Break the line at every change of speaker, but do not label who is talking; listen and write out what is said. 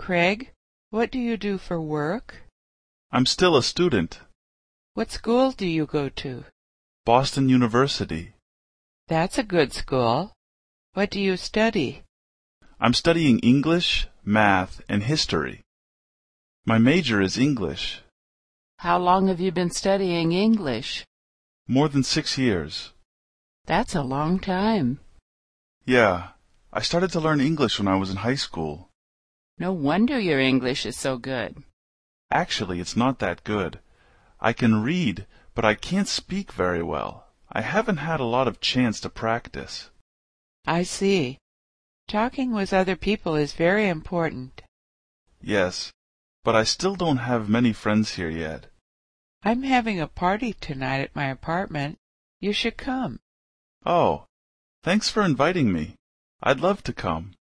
Craig, what do you do for work?
I'm still a student.
What school do you go to?
Boston University.
That's a good school. What do you study?
I'm studying English, math, and history. My major is English.
How long have you been studying English?
More than six years.
That's a long time.
Yeah, I started to learn English when I was in high school.
No wonder your English is so good.
Actually, it's not that good. I can read, but I can't speak very well. I haven't had a lot of chance to practice.
I see. Talking with other people is very important.
Yes, but I still don't have many friends here yet.
I'm having a party tonight at my apartment. You should come.
Oh, thanks for inviting me. I'd love to come.